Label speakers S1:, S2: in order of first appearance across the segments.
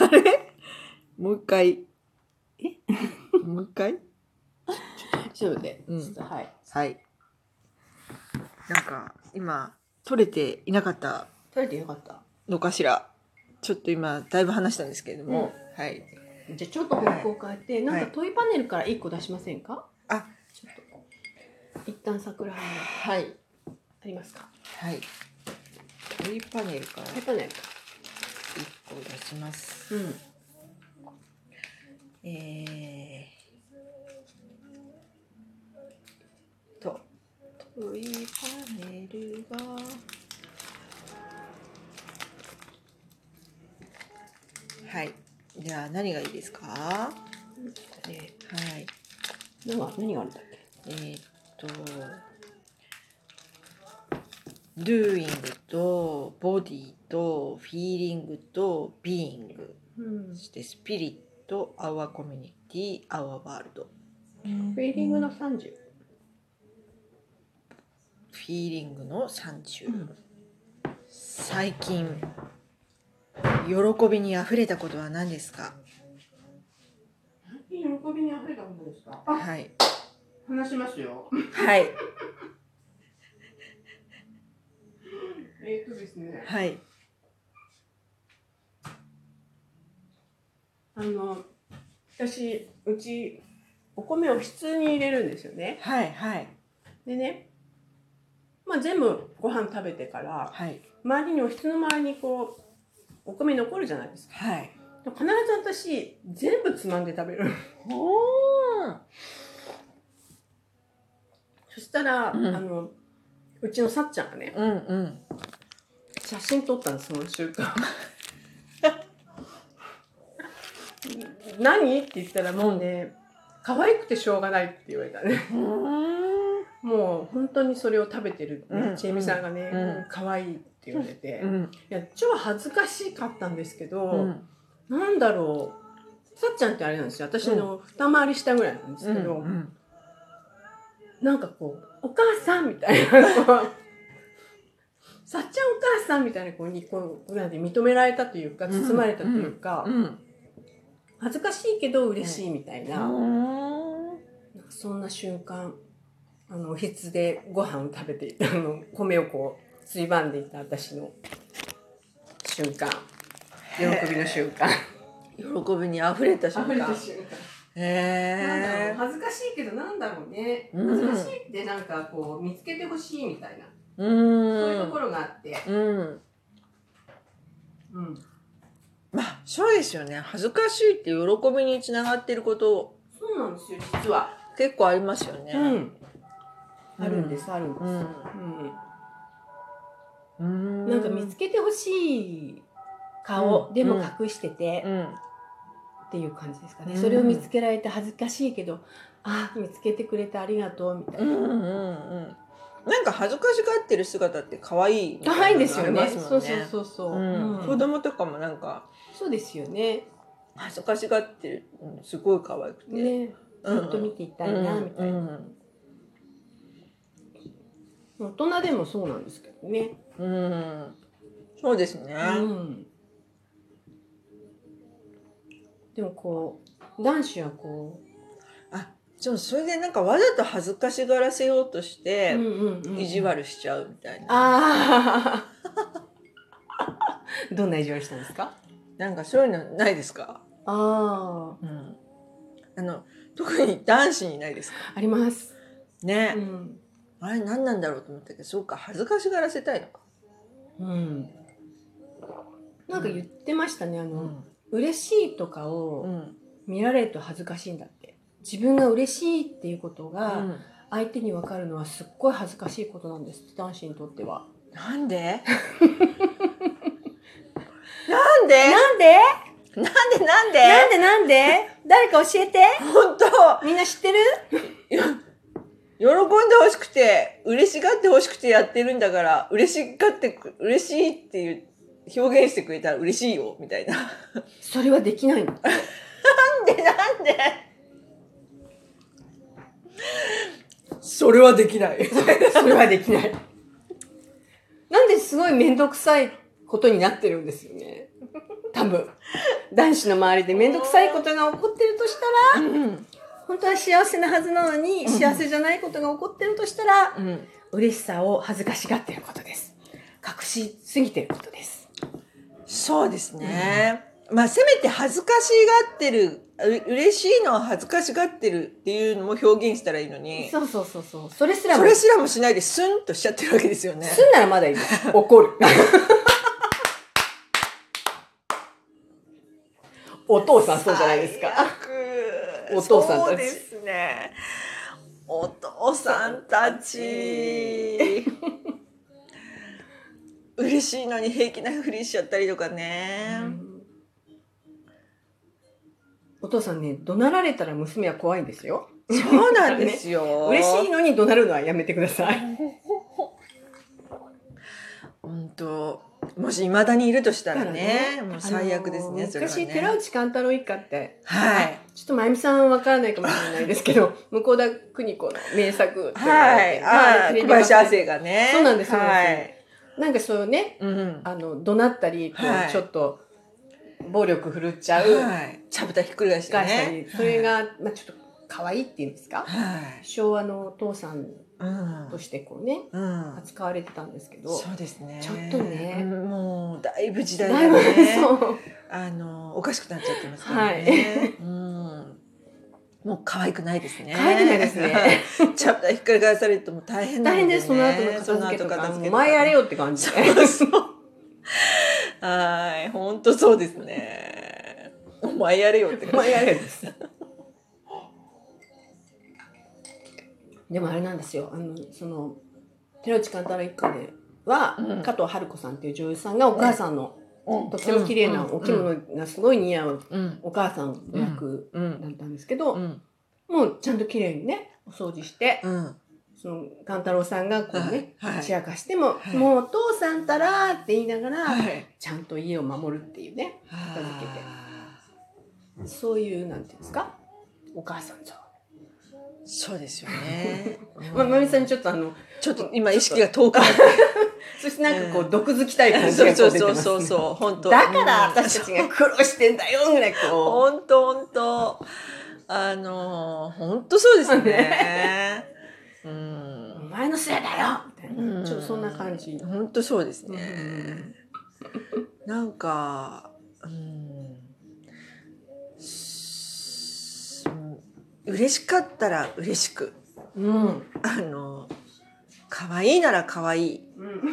S1: もう一回。えもう一回
S2: ちょっと待って、
S1: うん
S2: ちょっとはい。
S1: はい。なんか、今、取れていなかった
S2: 取れてよかった。
S1: のかしら。ちょっと今、だいぶ話したんですけれども。はい。
S2: じゃあちょっと方向変えて、なんかトイパネルから一個出しませんか
S1: あ、
S2: ちょっと。一旦桜花
S1: はい。
S2: ありますか
S1: はい。トイパネルから
S2: トイパネルか。
S1: 一個出します。
S2: うん。
S1: えー、と、トイパネルが、はい。じゃあ何がいいですかは
S2: え
S1: い。
S2: ー、なんか何があるんだっけ
S1: えー、っと、doing と body と feeling と being
S2: うん
S1: そしてスピリット our community our world
S2: フィーリングの30。
S1: フィーリングの30、
S2: うん
S1: 最近喜びにあふれたことは何ですか
S2: 喜びに溢れたことですか
S1: はい
S2: 話しますよ。
S1: はい
S2: えっとですね
S1: はい
S2: あの、私、うち、お米を普通に入れるんですよね。
S1: はいはい
S2: でね、まあ全部ご飯食べてから、
S1: はい
S2: 周りにおひつの周りにこう、お米残るじゃないですか。
S1: はい
S2: 必ず私、全部つまんで食べる。
S1: ほー
S2: そしたら、
S1: うん
S2: あの、うちのさっちゃんがね、
S1: うんうん
S2: 写真撮ったんです、その瞬間。 何って言ったらもうね、可愛くてしょうがないって言われたね。
S1: うん
S2: もう本当にそれを食べてる、ね
S1: うん
S2: ちえみさんがね、
S1: うん
S2: うん可愛いって言われて、い
S1: ん
S2: や超恥ずかしかったんですけど、
S1: うん
S2: なんだろうさっちゃんってあれなんですよ私の二回り下ぐらいなんですけど、
S1: うん
S2: なんかこう「お母さん」みたいなこう 「さっちゃんお母さん」みたいな子にこうなんで認められたというか
S1: うん
S2: 包まれたというか、
S1: うん
S2: 恥ずかしいけど嬉しいみたいな,、
S1: うん
S2: なんかそんな瞬間あのおひつでご飯を食べていたあの米をこうついばんでいた私の瞬 間喜びの瞬間
S1: 喜びにあふれた瞬
S2: 溢れた
S1: 間
S2: 瞬間なんだろう
S1: へえ
S2: 恥ずかしいけどなんだろうね
S1: うん
S2: 恥ずかしいってなんかこう見つけてほしいみたい
S1: う
S2: な、そういうと
S1: ん
S2: ころがあって、
S1: うん
S2: うん、
S1: まあそうですよね恥ずかしいって喜びにつながってること
S2: そうなんですよ実は、
S1: 結構ありますよね。
S2: ん、あるんです、あるんです、
S1: うんう
S2: うんん、なんか見つけてほしい顔、
S1: うん
S2: でも隠してて、
S1: うん
S2: っていう感じですかね、
S1: うん
S2: それを見つけられて恥ずかしいけどあ見つけてくれてありがとうみた
S1: う
S2: い
S1: ん
S2: な、
S1: うんうんなんか恥ずかしがってる姿って可愛いみた
S2: 可愛い
S1: なの
S2: ですよ
S1: あ
S2: ね
S1: ります
S2: そ
S1: も
S2: うんそうそうそう、
S1: うん
S2: うん
S1: 子供とかもなんか
S2: そうですよね
S1: 恥ずかしがってる、うん、すごい可愛くて。
S2: ね
S1: うん
S2: ずっと見ていたいな、みたいな、
S1: うん
S2: 大人でもそうなんですけどね。
S1: うんうんそうですね。
S2: うん。でもこう男子はこ
S1: あ、そうそれでなんかわざと恥ずかしがらせようとし
S2: う、
S1: て
S2: うんうんうん
S1: 意地。悪しちゃうみたいな。
S2: あ あ。どんな意地悪したんですか？
S1: なんかそういうのないですか、
S2: あ
S1: うん、あの特に男子にないですか
S2: あ、あります。
S1: ね、
S2: うん。
S1: あれ何なんだろうと思ったけどそうか恥ずかしがらせたいのか、
S2: うん。なんか言ってましたね。あ
S1: う
S2: の、
S1: ん
S2: 嬉しいとか
S1: う
S2: を
S1: ん
S2: 見られると恥ずかしいんだって。自分が嬉しいっていうことが相手に分かるのはすっごい恥ずかしいことなんですって男子にとっては。
S1: なん でなんで
S2: なんで？
S1: なんでなんで
S2: んでなんで誰か教えて
S1: 本当
S2: みんな知ってる
S1: 喜んでほしくて嬉しがってほしくてやってるんだから嬉しがってく嬉しいっていう表現してくれたら嬉しいよみたいなな
S2: それはできないの。
S1: んでなんでそれはできない
S2: それはできない。なんですごい面倒くさいことになってるんですよね。多分男子の周りで面倒くさいことが起こってるとしたら
S1: うん。
S2: 本当は幸せなはずなのに幸せじゃないことが起こってるとしたら、
S1: うん。
S2: 嬉しさを恥ずかしがってることです隠しすぎてることです
S1: そうですね。まあ、せめて恥ずかしがってる、う嬉しいのは恥ずかしがってるっていうのも表現したらいいのに、
S2: そうそうそうそうそれすら
S1: そ
S2: も
S1: れすらもしないでスンとしちゃってるわけですよね。
S2: すんならまだいい です怒るお父さんそうじゃないですか
S1: 最悪
S2: お父さんたち
S1: そうですね。お父さんたち。 嬉しいのに平気なふりしちゃったりとかね。
S2: お父さんね怒鳴られたら娘は怖いんですよ
S1: そうなんですよ。
S2: 嬉しいのに怒鳴るのはやめてください
S1: 本当もし未だにいるとしたらね、
S2: だから
S1: もう最悪ですね、
S2: あのー
S1: それはね。
S2: 昔寺内貫太郎一家って
S1: はい。
S2: ちょっとまゆみさんわからないかもしれないですけど向田邦子の名作ってうのがあっ
S1: は
S2: て
S1: い。
S2: まあ
S1: あー
S2: テレ
S1: 小
S2: ビ番組
S1: 林亜生がね。
S2: そうなんですそうなん
S1: は
S2: で
S1: い。
S2: なんかそうね
S1: うん。
S2: あの怒鳴ったりこう
S1: はい
S2: ちょっと暴力振るっちゃう、
S1: はい。ちゃぶたひっくり返して
S2: 返したり
S1: ね。
S2: それが、まあ、ちょっと可愛いっていうんですか
S1: はい。
S2: 昭和のお父さん
S1: うん
S2: と。してこうね
S1: うん。
S2: 扱われてたんですけど
S1: そうですね。
S2: ちょっとね
S1: うんもう、だいぶ時代
S2: だい
S1: が
S2: ぶ、
S1: ね、
S2: そう
S1: あの、おかしくなっちゃってますからね。うん。もう可愛くないですね。
S2: 可愛くないですね
S1: はい。ちゃぶたひっくり返されても大変な
S2: 大
S1: の
S2: 変
S1: ね
S2: ですその
S1: そ
S2: 後の片付けと
S1: の後
S2: か
S1: 片
S2: も
S1: 付
S2: う
S1: け
S2: 前やれよって感じ
S1: そうそう。はい、本当そうですね。お前やれよって感じ。
S2: 前やれ ですでもあれなんですよあのその寺内貫太郎一家では、
S1: うん
S2: 加藤春子さんっていう女優さんがお母さんの、
S1: うん
S2: とっても綺麗なお着。物がすごい似合う
S1: うん
S2: お母さんの役
S1: うんうん
S2: だったんですけど、
S1: うん
S2: もうちゃんと綺麗にねお掃除して、
S1: うん
S2: その勘太郎さんがこうね、
S1: はいはい
S2: 散らかしても、
S1: はい
S2: もうお父さんたらーって言いながら、
S1: はい。
S2: ちゃんと家を守るっていうね片付けて
S1: あ
S2: そういうなんていうんですかお母さん像、。
S1: ーそうですよ ね
S2: まあ、まゆみさんにちょっとあの
S1: ちょっと今意識が遠くなって
S2: そしてなんかこ
S1: う
S2: うん毒づきたい感じ
S1: そ
S2: が
S1: う
S2: こ
S1: そうう
S2: 出て
S1: そう
S2: ます、ね、
S1: そうそう本当。
S2: だから
S1: うん
S2: 私たちが苦労してんだよぐらい こ
S1: 本当本当あの本当そうですね。 う
S2: う「お
S1: ん。
S2: 前のせいだよ!」みたいな、
S1: うん
S2: ちょっとそんな感じ、
S1: 本当そうですね。
S2: うん
S1: なんか、うん、すうん嬉しかったら嬉しく、
S2: うん
S1: あの、可愛いなら可愛い、
S2: うん、
S1: 好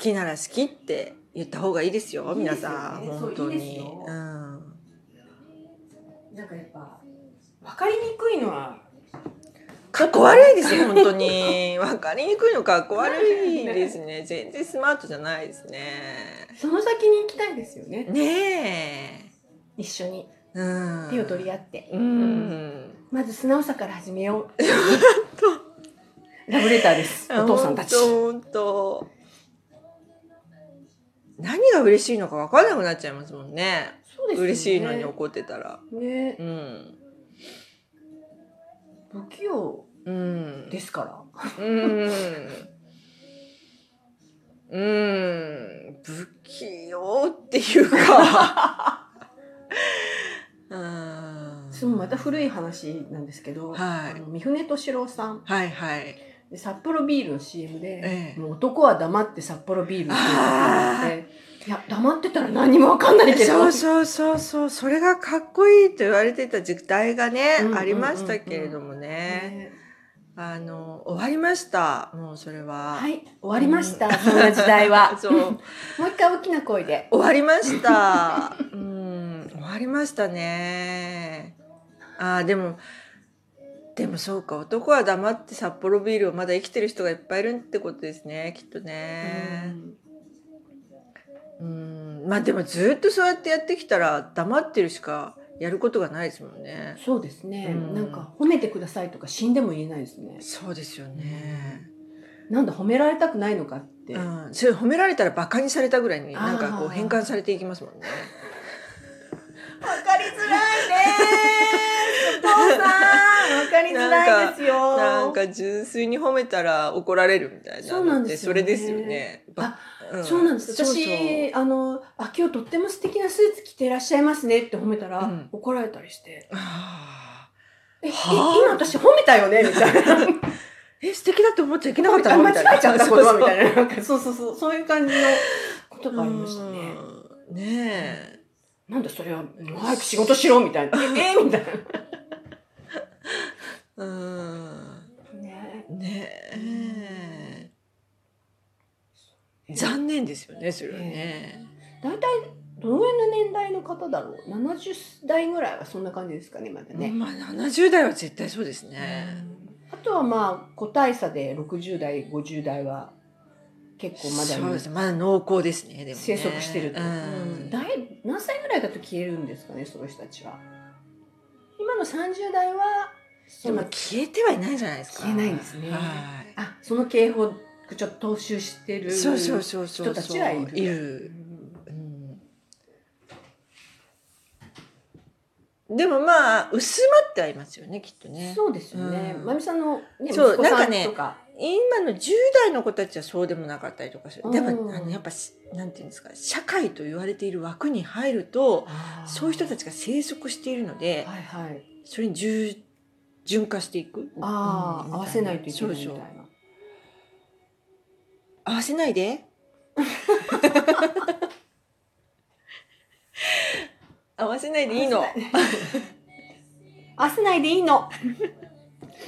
S1: きなら好きって言った方がいいですよ、
S2: いいで
S1: 皆
S2: すよね
S1: さん、
S2: そう
S1: 本当
S2: いいです
S1: に。
S2: よ
S1: うん。
S2: なんかやっぱ分かりにくいのは
S1: かっこ悪いですよ、本当に。わかりにくいのかっこ悪いです ね。全然スマートじゃないですね。
S2: その先に行きたいですよね
S1: ね
S2: 一緒に
S1: え。うん。
S2: 手を取り合って、
S1: うん。
S2: まず素直さから始め ようラブレターですお父さんたち
S1: 本当何が嬉しいのか分かんなくなっちゃいますもんね
S2: そうですよね
S1: 嬉しいのに怒ってたら
S2: ね
S1: うん
S2: 不器用
S1: うん
S2: ですから
S1: うんうん不器用っていうかうん
S2: そのまた古い話なんですけど、
S1: はい
S2: あの三船敏郎さん
S1: はいはい
S2: で札幌ビールの CM で、
S1: ええ
S2: もう男は黙って札幌ビールの CM があっていや黙ってたら何にも分かんないけど
S1: そうそうそうそうそれがかっこいいと言われてた時代がね、
S2: うんうんうんうん
S1: ありましたけれどもね、
S2: ね
S1: あの終わりましたもうそれは、
S2: はい終わりました、そんな時代 は
S1: そう
S2: もう一回大きな声で
S1: 終わりました うん終わりましたねあーでもでもそうか男は黙って札幌ビールをまだ生きてる人がいっぱいいるってことですねきっと
S2: う
S1: ねう
S2: ん
S1: んまあでもずっとそうやってやってきたら黙ってるしかやることがないですもんね
S2: そうです
S1: う
S2: ね、
S1: ん
S2: なんか褒めてくださいとか死んでも言えないですね
S1: そうですよね、
S2: なんだ褒められたくないのかって、
S1: うん、それ褒められたらバカにされたぐらいになんかこ
S2: あー
S1: う変換されていきますもんね
S2: かりづら いねーお父さんわかりづらいですよ
S1: なんか純粋に褒めたら怒られるみたいなのって
S2: そうなんですよね
S1: それですよね。ばうん
S2: そうなんです。
S1: そうそう
S2: 私、あの、あ、今日とっても素敵なスーツ着てらっしゃいますねって褒めたら、
S1: うん
S2: 怒られたりして。
S1: あ
S2: え、え
S1: はあ
S2: 今私褒めたよねみたいな。
S1: ーえ素敵だって思っちゃいけなかった
S2: あ
S1: の
S2: 間
S1: みたいな
S2: 違えちゃった言葉みたい
S1: な
S2: な。なんかそうそうそう、そういう感じのことがありましたね。
S1: ね
S2: なんでそれは
S1: ん、
S2: 早く仕事しろみた いな。え、えみたい
S1: えうん
S2: な。ね
S1: ねえ残念ですよねそれはね、
S2: 大体、どのぐらいの年代の方だろう ?70 代ぐらいはそんな感じですかね、まだね。
S1: まあ70代は絶対そうですね、
S2: あとはまあ個体差で60代50代は結構まだ
S1: そうですまだ濃厚ですねでもね
S2: 生息してると、
S1: う
S2: うん
S1: ん
S2: だい何歳ぐらいだと消えるんですかねそういう人たちは今の30代は
S1: で
S2: そ
S1: も
S2: の
S1: 消えてはいないじゃないですか
S2: 消えないんですね
S1: は
S2: あその警報ちょっと踏襲して
S1: い
S2: る
S1: そうそうそうそう
S2: 人たちはいる
S1: いうんでもまあ薄まってはいますよねきっとね
S2: そうですよね、
S1: うん
S2: まゆみさんの、ね、
S1: そう
S2: 息子さん
S1: なんかね
S2: とか
S1: 今の10代の子たちはそうでもなかったりとかす
S2: う
S1: る
S2: ん
S1: でもあのやっぱしなんていうんですか社会と言われている枠に入るとそういう人たちが生息しているので
S2: はいはい
S1: それに従順化していく
S2: ああ、
S1: うん
S2: 合わせないといけないみたい
S1: そ
S2: な
S1: うそう合わせないで合わせないでいい の
S2: 合わせないでいいの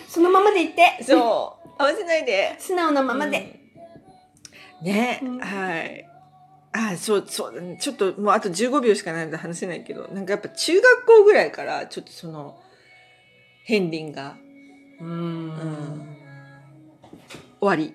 S2: そのままでいって
S1: そう合わせないで
S2: 素直なままで、
S1: うんね、
S2: うん
S1: はいあそうそうだねちょっともうあと15秒しかないので話せないけどなんかやっぱ中学校ぐらいからちょっとその片鱗が
S3: うん
S1: 終わり